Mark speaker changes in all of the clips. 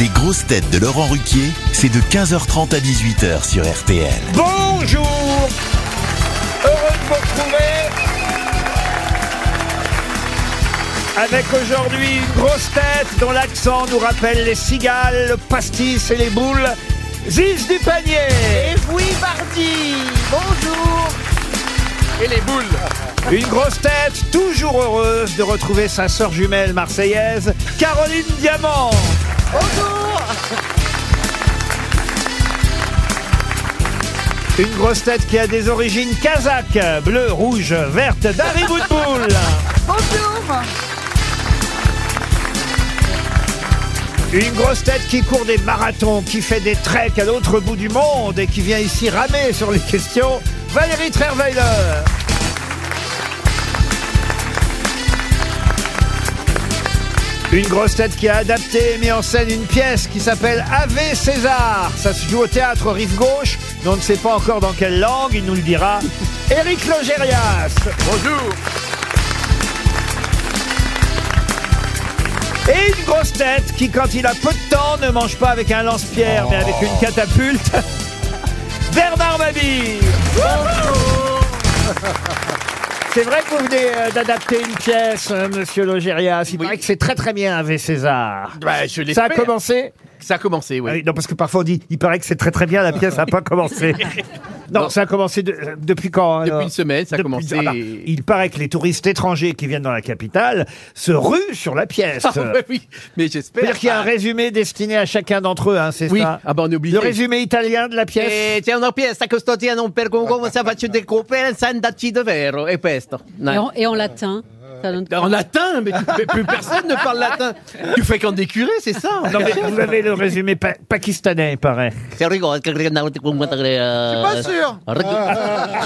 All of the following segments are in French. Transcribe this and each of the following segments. Speaker 1: Les grosses têtes de Laurent Ruquier, c'est de 15h30 à 18h sur RTL.
Speaker 2: Bonjour Heureux de vous retrouver avec aujourd'hui une grosse tête dont l'accent nous rappelle les cigales, le pastis et les boules. Ziz du panier
Speaker 3: Et oui, mardi Bonjour
Speaker 4: et les boules.
Speaker 2: Une grosse tête toujours heureuse de retrouver sa sœur jumelle marseillaise, Caroline Diamant
Speaker 3: Bonjour
Speaker 2: Une grosse tête qui a des origines kazakhes, bleu, rouge, verte, d'Harry Boudboul.
Speaker 3: Bonjour
Speaker 2: Une grosse tête qui court des marathons, qui fait des treks à l'autre bout du monde et qui vient ici ramer sur les questions, Valérie Trierweiler. Une grosse tête qui a adapté et mis en scène une pièce qui s'appelle Ave César. Ça se joue au théâtre Rive Gauche, mais on ne sait pas encore dans quelle langue, il nous le dira. Éric Logérias.
Speaker 4: Bonjour.
Speaker 2: Et une grosse tête qui, quand il a peu de temps, ne mange pas avec un lance-pierre, mais avec une catapulte. Bernard Mabille C'est vrai que vous venez euh, d'adapter une pièce, euh, monsieur Logérias. Il paraît que c'est très très bien avec César.
Speaker 4: Bah, je
Speaker 2: Ça a
Speaker 4: l'espère.
Speaker 2: commencé
Speaker 4: Ça a commencé, oui.
Speaker 2: Ah oui, Non, parce que parfois on dit, il paraît que c'est très très bien, la pièce n'a pas commencé. Non,
Speaker 4: Non.
Speaker 2: ça a commencé de- euh, depuis quand alors
Speaker 4: Depuis une semaine, ça a
Speaker 2: Depuis-
Speaker 4: commencé.
Speaker 2: Alors, bah, Il paraît que les touristes étrangers qui viennent dans la capitale se ruent sur la pièce.
Speaker 4: Ah, bah oui, mais j'espère.
Speaker 2: C'est-à-dire qu'il y a un
Speaker 4: Ah,
Speaker 2: résumé destiné à chacun d'entre eux, hein, c'est
Speaker 4: Oui,
Speaker 2: ça
Speaker 4: ah bah on est obligé.
Speaker 2: Le résumé italien de la pièce
Speaker 4: Eh, c'è una pièce che sto tirando per qualcosa faccio del copere senza ci davvero e questo.
Speaker 5: Et
Speaker 4: No.
Speaker 5: en, et en latin. ça donne-
Speaker 4: En latin, mais, mais plus personne ne parle latin. Tu fais qu'en des curés, c'est ça
Speaker 2: Non, mais vous avez le résumé pa- pakistanais, il paraît.
Speaker 4: C'est rigolo. Je suis pas sûr. Euh,
Speaker 2: Ah.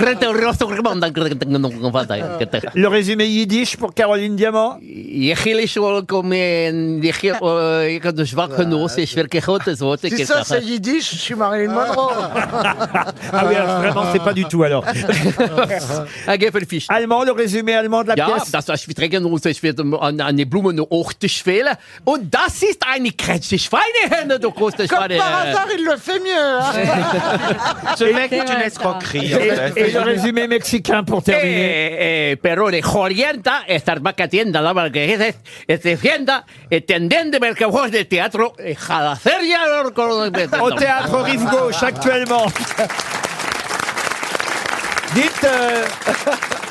Speaker 2: Le résumé yiddish pour Caroline Diamant
Speaker 4: Je gilles wel comme euh, je gilles je heb een zwakke neus,
Speaker 2: Ah.
Speaker 4: ik werk goed en zo.
Speaker 6: Si ça c'est Yiddish, je suis Marilyn Monroe.
Speaker 2: Ah oui, alors vraiment, c'est pas du tout alors.
Speaker 4: Ah, gefelfisch.
Speaker 2: Allemand, le résumé allemand de la
Speaker 4: Ja,
Speaker 2: pièce
Speaker 4: das ist verträgen uns, ich werde an eine Blumen auch zu spielen. Und das ist eine Kretze Schweinehände, du große
Speaker 6: Comme par
Speaker 4: Schweine.
Speaker 6: hasard, il le fait mieux. hein.
Speaker 7: Ce mec
Speaker 5: C'est
Speaker 7: est une
Speaker 5: vrai,
Speaker 7: escroquerie.
Speaker 2: et,
Speaker 7: en fait.
Speaker 2: et le résumé mexicain pour terminer.
Speaker 4: Eh, eh, pero de jorienta, estas vaca tienda, la marquesa, este tienda, tendente, porque vos de teatro, jalaceria,
Speaker 2: Au théâtre Rive Gauche, actuellement. Dites, euh,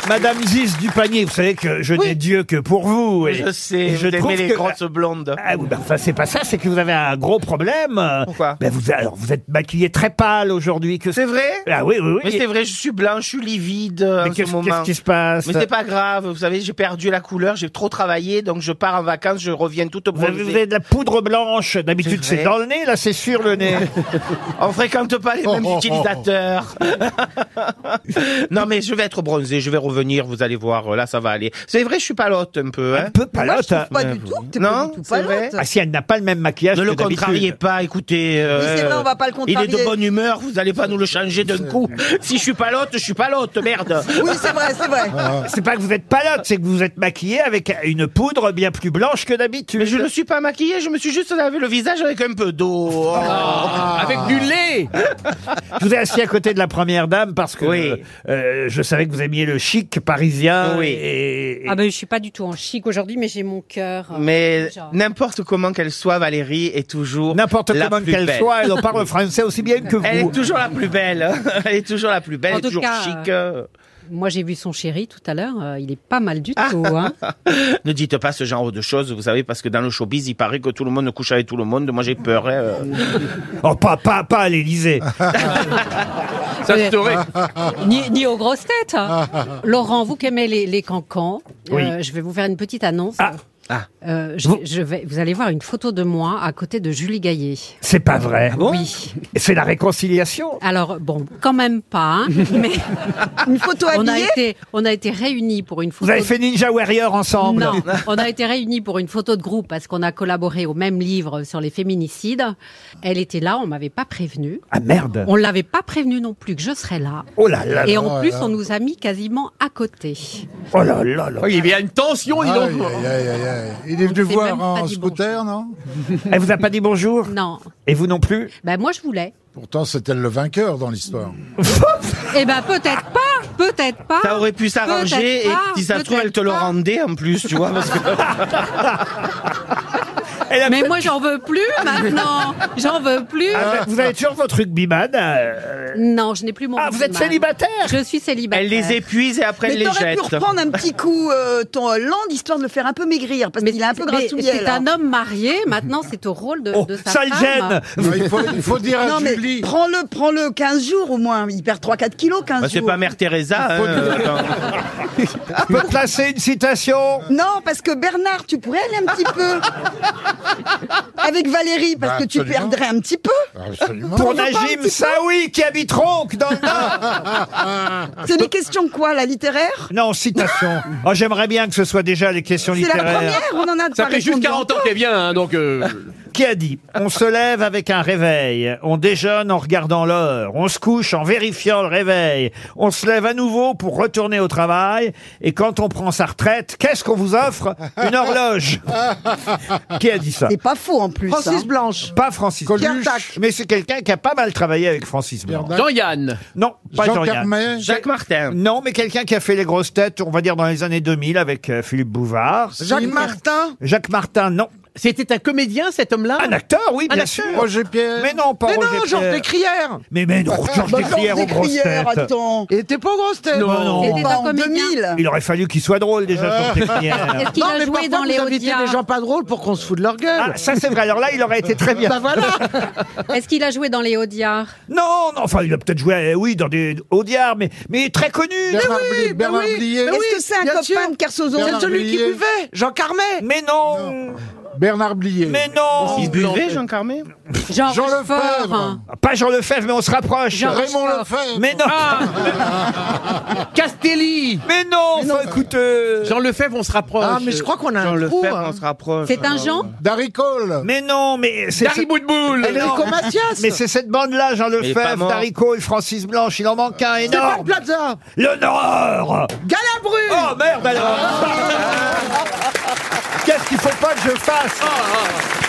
Speaker 2: Madame Ziz du panier, vous savez que je n'ai Dieu que pour vous. et-
Speaker 7: Je sais,
Speaker 2: et
Speaker 7: je
Speaker 2: trouve
Speaker 7: t'aimais les
Speaker 2: que-
Speaker 7: grosses blondes.
Speaker 2: Ah oui, bah, enfin, c'est pas ça, c'est que vous avez un gros problème. Euh,
Speaker 7: Pourquoi
Speaker 2: ben, vous, Alors, vous êtes maquillé très pâle aujourd'hui. Que...
Speaker 7: C'est vrai
Speaker 2: Ah oui, oui, oui.
Speaker 7: Mais c'est vrai, je suis blanc, je suis livide euh,
Speaker 2: Mais
Speaker 7: en ce
Speaker 2: qu'est-ce
Speaker 7: moment.
Speaker 2: qu'est-ce qui se passe
Speaker 7: Mais c'est pas grave, vous savez, j'ai perdu la couleur, j'ai trop travaillé, donc je pars en vacances, je reviens tout
Speaker 2: vous avez, vous
Speaker 7: bronzée.
Speaker 2: avez de la poudre blanche. D'habitude,
Speaker 7: C'est
Speaker 2: c'est
Speaker 7: vrai.
Speaker 2: dans le nez. Là, c'est sur le nez.
Speaker 7: On fréquente pas les mêmes
Speaker 6: oh, oh.
Speaker 7: utilisateurs. non mais je vais être bronzé, je vais revenir, vous allez voir, là ça va aller. C'est vrai, je suis palote un peu. Hein
Speaker 2: Un peu palote. hein.
Speaker 3: Pas du tout, t'es
Speaker 7: Non,
Speaker 3: pas du tout
Speaker 7: c'est vrai.
Speaker 3: palote.
Speaker 2: Ah si, elle n'a pas le même maquillage
Speaker 7: ne le
Speaker 2: que d'habitude.
Speaker 7: contrariez pas, écoutez. euh,
Speaker 3: Oui, c'est vrai, on va pas le
Speaker 7: Il est
Speaker 3: contrarier.
Speaker 7: de bonne humeur, vous allez pas nous le changer d'un coup. Si je suis pas l'autre, je suis pas l'autre, merde.
Speaker 3: Oui, c'est vrai, c'est vrai.
Speaker 2: C'est pas que vous êtes palote, c'est que vous êtes maquillé avec une poudre bien plus blanche que d'habitude.
Speaker 7: Mais je ne suis pas maquillée, je me suis juste lavé le visage avec un peu d'eau. Oh.
Speaker 2: Ah,
Speaker 4: Ah. Avec du lait.
Speaker 2: Je vous ai assis à côté de la première dame parce que
Speaker 7: Oui.
Speaker 2: euh, euh, je savais que vous aimiez le chic parisien.
Speaker 7: Oui.
Speaker 2: Et, et-
Speaker 5: Ah ben, je suis pas du tout en chic aujourd'hui, mais j'ai mon cœur.
Speaker 7: Mais
Speaker 5: Ah, Déjà.
Speaker 7: n'importe comment qu'elle soit, Valérie est toujours
Speaker 2: N'importe
Speaker 7: la
Speaker 2: comment
Speaker 7: plus
Speaker 2: qu'elle
Speaker 7: belle.
Speaker 2: soit, elle en parle français aussi bien que vous.
Speaker 7: Elle est toujours la plus belle. Elle est toujours la plus belle,
Speaker 5: En
Speaker 7: elle est
Speaker 5: tout
Speaker 7: toujours
Speaker 5: cas, euh,
Speaker 7: chic.
Speaker 5: Moi, j'ai vu son chéri tout à l'heure. euh, il est pas mal du tout. hein.
Speaker 7: Ne dites pas ce genre de choses, vous savez, parce que dans le showbiz, il paraît que tout le monde couche avec tout le monde. Moi, j'ai peur. hein, euh.
Speaker 2: Oh, pas, pas, pas à l'Élysée.
Speaker 4: Ça se saurait.
Speaker 5: ni, ni aux grosses têtes. hein. Laurent, vous qui aimez les, les cancans, euh,
Speaker 2: Oui.
Speaker 5: je vais vous faire une petite annonce.
Speaker 2: Ah.
Speaker 7: Ah.
Speaker 5: Euh, je,
Speaker 2: Vous-
Speaker 5: je vais, vous allez voir une photo de moi à côté de Julie Gaillet.
Speaker 2: C'est pas vrai.
Speaker 7: Ah
Speaker 5: Oui.
Speaker 2: C'est la réconciliation.
Speaker 5: Alors bon, quand même pas. hein, mais
Speaker 3: Une photo
Speaker 5: on a
Speaker 3: habillée
Speaker 5: été, on a été réunis pour une photo.
Speaker 2: Vous avez fait Ninja Warrior ensemble.
Speaker 5: Non, on a été réunis pour une photo de groupe parce qu'on a collaboré au même livre sur les féminicides. Elle était là, on m'avait pas prévenue.
Speaker 2: Ah merde.
Speaker 5: On l'avait pas prévenue non plus que je serais là.
Speaker 2: Oh là là.
Speaker 5: Et
Speaker 2: là.
Speaker 5: en
Speaker 7: euh,
Speaker 5: plus, on nous a mis quasiment à côté.
Speaker 2: Oh là là là.
Speaker 4: Il y a une tension, Oh, dis
Speaker 8: Aïe,
Speaker 4: donc.
Speaker 8: aïe, aïe, aïe, aïe. Ouais. Il est
Speaker 5: On
Speaker 8: venu
Speaker 5: ne s'est même
Speaker 8: voir
Speaker 5: pas
Speaker 8: en
Speaker 5: dit bonjour.
Speaker 8: scooter, non
Speaker 2: Elle vous a pas dit bonjour
Speaker 5: Non.
Speaker 2: Et vous non plus
Speaker 5: Ben moi je voulais.
Speaker 8: Pourtant, c'était le vainqueur dans l'histoire.
Speaker 5: Eh ben peut-être pas, peut-être pas.
Speaker 7: Ça aurait pu s'arranger
Speaker 5: Ah, Peut-être
Speaker 7: et
Speaker 5: pas,
Speaker 7: si ça se trouve, elle te le
Speaker 5: peut-être pas.
Speaker 7: rendait en plus, tu vois. Parce que...
Speaker 2: Elle a-
Speaker 5: Mais moi j'en veux plus maintenant. J'en veux plus.
Speaker 2: Ah, Vous avez toujours votre rugbyman euh,
Speaker 5: Non, je n'ai plus mon.
Speaker 2: Ah, vous êtes
Speaker 5: Walkman.
Speaker 2: célibataire
Speaker 5: Je suis célibataire.
Speaker 7: Elle les épuise et après
Speaker 3: Mais
Speaker 7: elle les
Speaker 3: t'aurais
Speaker 7: jette.
Speaker 3: pu reprendre un petit coup euh, ton Hollande, histoire de le faire un peu maigrir, parce qu'il a un peu
Speaker 5: mais
Speaker 3: grassouillet,
Speaker 5: C'est
Speaker 3: là.
Speaker 5: un homme marié. Maintenant c'est au rôle de,
Speaker 2: oh,
Speaker 5: de sa
Speaker 2: Ça le
Speaker 5: femme.
Speaker 2: gêne
Speaker 8: Non, il, faut, il faut dire à
Speaker 3: Non, mais
Speaker 8: Julie.
Speaker 3: prends-le, prends-le 15 jours au moins. Il perd 3-4 kilos 15
Speaker 7: Bah, c'est
Speaker 3: jours.
Speaker 7: pas Mère Teresa. hein, euh, attends.
Speaker 2: Je peux placer une citation
Speaker 3: Non, parce que Bernard, tu pourrais aller un petit peu avec Valérie, parce
Speaker 8: Bah,
Speaker 3: que tu
Speaker 8: absolument.
Speaker 3: perdrais un petit peu.
Speaker 8: Absolument.
Speaker 2: pour
Speaker 3: en parle un
Speaker 2: Najim
Speaker 3: petit
Speaker 2: Saoui qui habite Ronc dans le Nord.
Speaker 3: C'est des questions quoi, la littéraire
Speaker 2: Non, citation. Oh, J'aimerais bien que ce soit déjà les questions
Speaker 3: C'est la
Speaker 2: littéraires.
Speaker 3: première, on en a
Speaker 4: Ça
Speaker 3: pas
Speaker 4: fait juste
Speaker 3: répondu
Speaker 4: 40 ans que t'es bien, hein, donc... euh,
Speaker 2: Qui a dit On se lève avec un réveil, on déjeune en regardant l'heure, on se couche en vérifiant le réveil, on se lève à nouveau pour retourner au travail, et quand on prend sa retraite, qu'est-ce qu'on vous offre Une horloge Qui a dit ça
Speaker 3: C'est pas faux en plus.
Speaker 6: Francis
Speaker 3: hein.
Speaker 6: Blanche.
Speaker 2: Pas Francis
Speaker 8: Coluche.
Speaker 2: Blanche. Mais c'est quelqu'un qui a pas mal travaillé avec Francis Blanche.
Speaker 8: Pierre Dac,
Speaker 4: Jean-Yann
Speaker 2: Non, pas
Speaker 8: Jean
Speaker 2: Jean-Yann.
Speaker 8: Carmet.
Speaker 7: Jacques Martin.
Speaker 2: Non, mais quelqu'un qui a fait les grosses têtes, on va dire dans les années 2000 avec euh, Philippe Bouvard.
Speaker 6: Jacques Martin.
Speaker 2: Jacques Martin, non.
Speaker 4: C'était un comédien, cet homme-là
Speaker 2: Un acteur, oui, bien sûr.
Speaker 8: Roger Pierre.
Speaker 2: Mais non, pas
Speaker 6: Mais
Speaker 2: Roger
Speaker 6: non, Georges
Speaker 2: Pierre.
Speaker 6: Descrières.
Speaker 2: Mais, mais non, Georges
Speaker 3: Bah,
Speaker 2: Descrières aux
Speaker 3: Georges
Speaker 2: grosses
Speaker 3: Descrières,
Speaker 2: têtes.
Speaker 3: attends.
Speaker 6: Il était pas en grosse tête.
Speaker 2: Non, non.
Speaker 5: C'était
Speaker 3: Pas
Speaker 5: un
Speaker 3: en
Speaker 5: comédien.
Speaker 3: 2000.
Speaker 2: Il aurait fallu qu'il soit drôle déjà, Georges Descrières.
Speaker 5: Est-ce qu'il
Speaker 6: non,
Speaker 5: a
Speaker 6: mais
Speaker 5: joué
Speaker 6: parfois,
Speaker 5: dans
Speaker 6: vous
Speaker 5: les
Speaker 6: invitez
Speaker 5: Audiards
Speaker 6: des gens Bah, pas drôles pour qu'on se fout de leur gueule.
Speaker 2: Ah, ça c'est vrai. Alors là, il aurait été très bien.
Speaker 6: bah voilà.
Speaker 5: Est-ce qu'il a joué dans les Audiards
Speaker 2: Non, non, enfin, il a peut-être joué, euh, oui, dans des Audiards, mais, mais très connu.
Speaker 8: Bernard, Blier- Bernard
Speaker 6: oui, bah
Speaker 8: Blier.
Speaker 6: mais
Speaker 3: Est-ce
Speaker 6: oui,
Speaker 3: que c'est un
Speaker 6: bien
Speaker 3: copain
Speaker 6: sûr.
Speaker 3: de Kersozo
Speaker 8: Bernard
Speaker 6: C'est celui qui
Speaker 8: Blier.
Speaker 6: buvait. Jean Carmet.
Speaker 2: Mais non,
Speaker 8: Bernard Blier.
Speaker 2: mais non.
Speaker 7: Il buvait, Jean Carmé
Speaker 5: Jean,
Speaker 8: Jean
Speaker 5: Rochefort,
Speaker 8: Lefebvre.
Speaker 5: hein.
Speaker 2: Pas Jean Lefebvre, mais on se rapproche.
Speaker 5: Jean-
Speaker 8: Raymond
Speaker 5: Rochefort.
Speaker 8: Lefebvre.
Speaker 2: Mais non,
Speaker 4: Castelli
Speaker 2: mais non, enfin, écoute. euh,
Speaker 4: Jean Lefebvre, on se rapproche.
Speaker 6: Ah, mais je crois qu'on a
Speaker 7: Jean
Speaker 6: un trou.
Speaker 7: Lefebvre,
Speaker 6: hein.
Speaker 7: on se rapproche.
Speaker 5: C'est un Jean
Speaker 8: Darry Cole.
Speaker 2: Mais non, mais c'est.
Speaker 4: Dari Boudboul
Speaker 6: Enrico Macias.
Speaker 2: Mais c'est cette bande-là, Jean
Speaker 7: est pas
Speaker 2: Lefebvre,
Speaker 7: mort.
Speaker 2: Tarico et Francis Blanche, il en manque un
Speaker 6: Stéphane
Speaker 2: énorme.
Speaker 6: Plaza.
Speaker 2: L'honneur
Speaker 6: Galabru.
Speaker 2: Oh merde alors Qu'est-ce qu'il faut pas que je fasse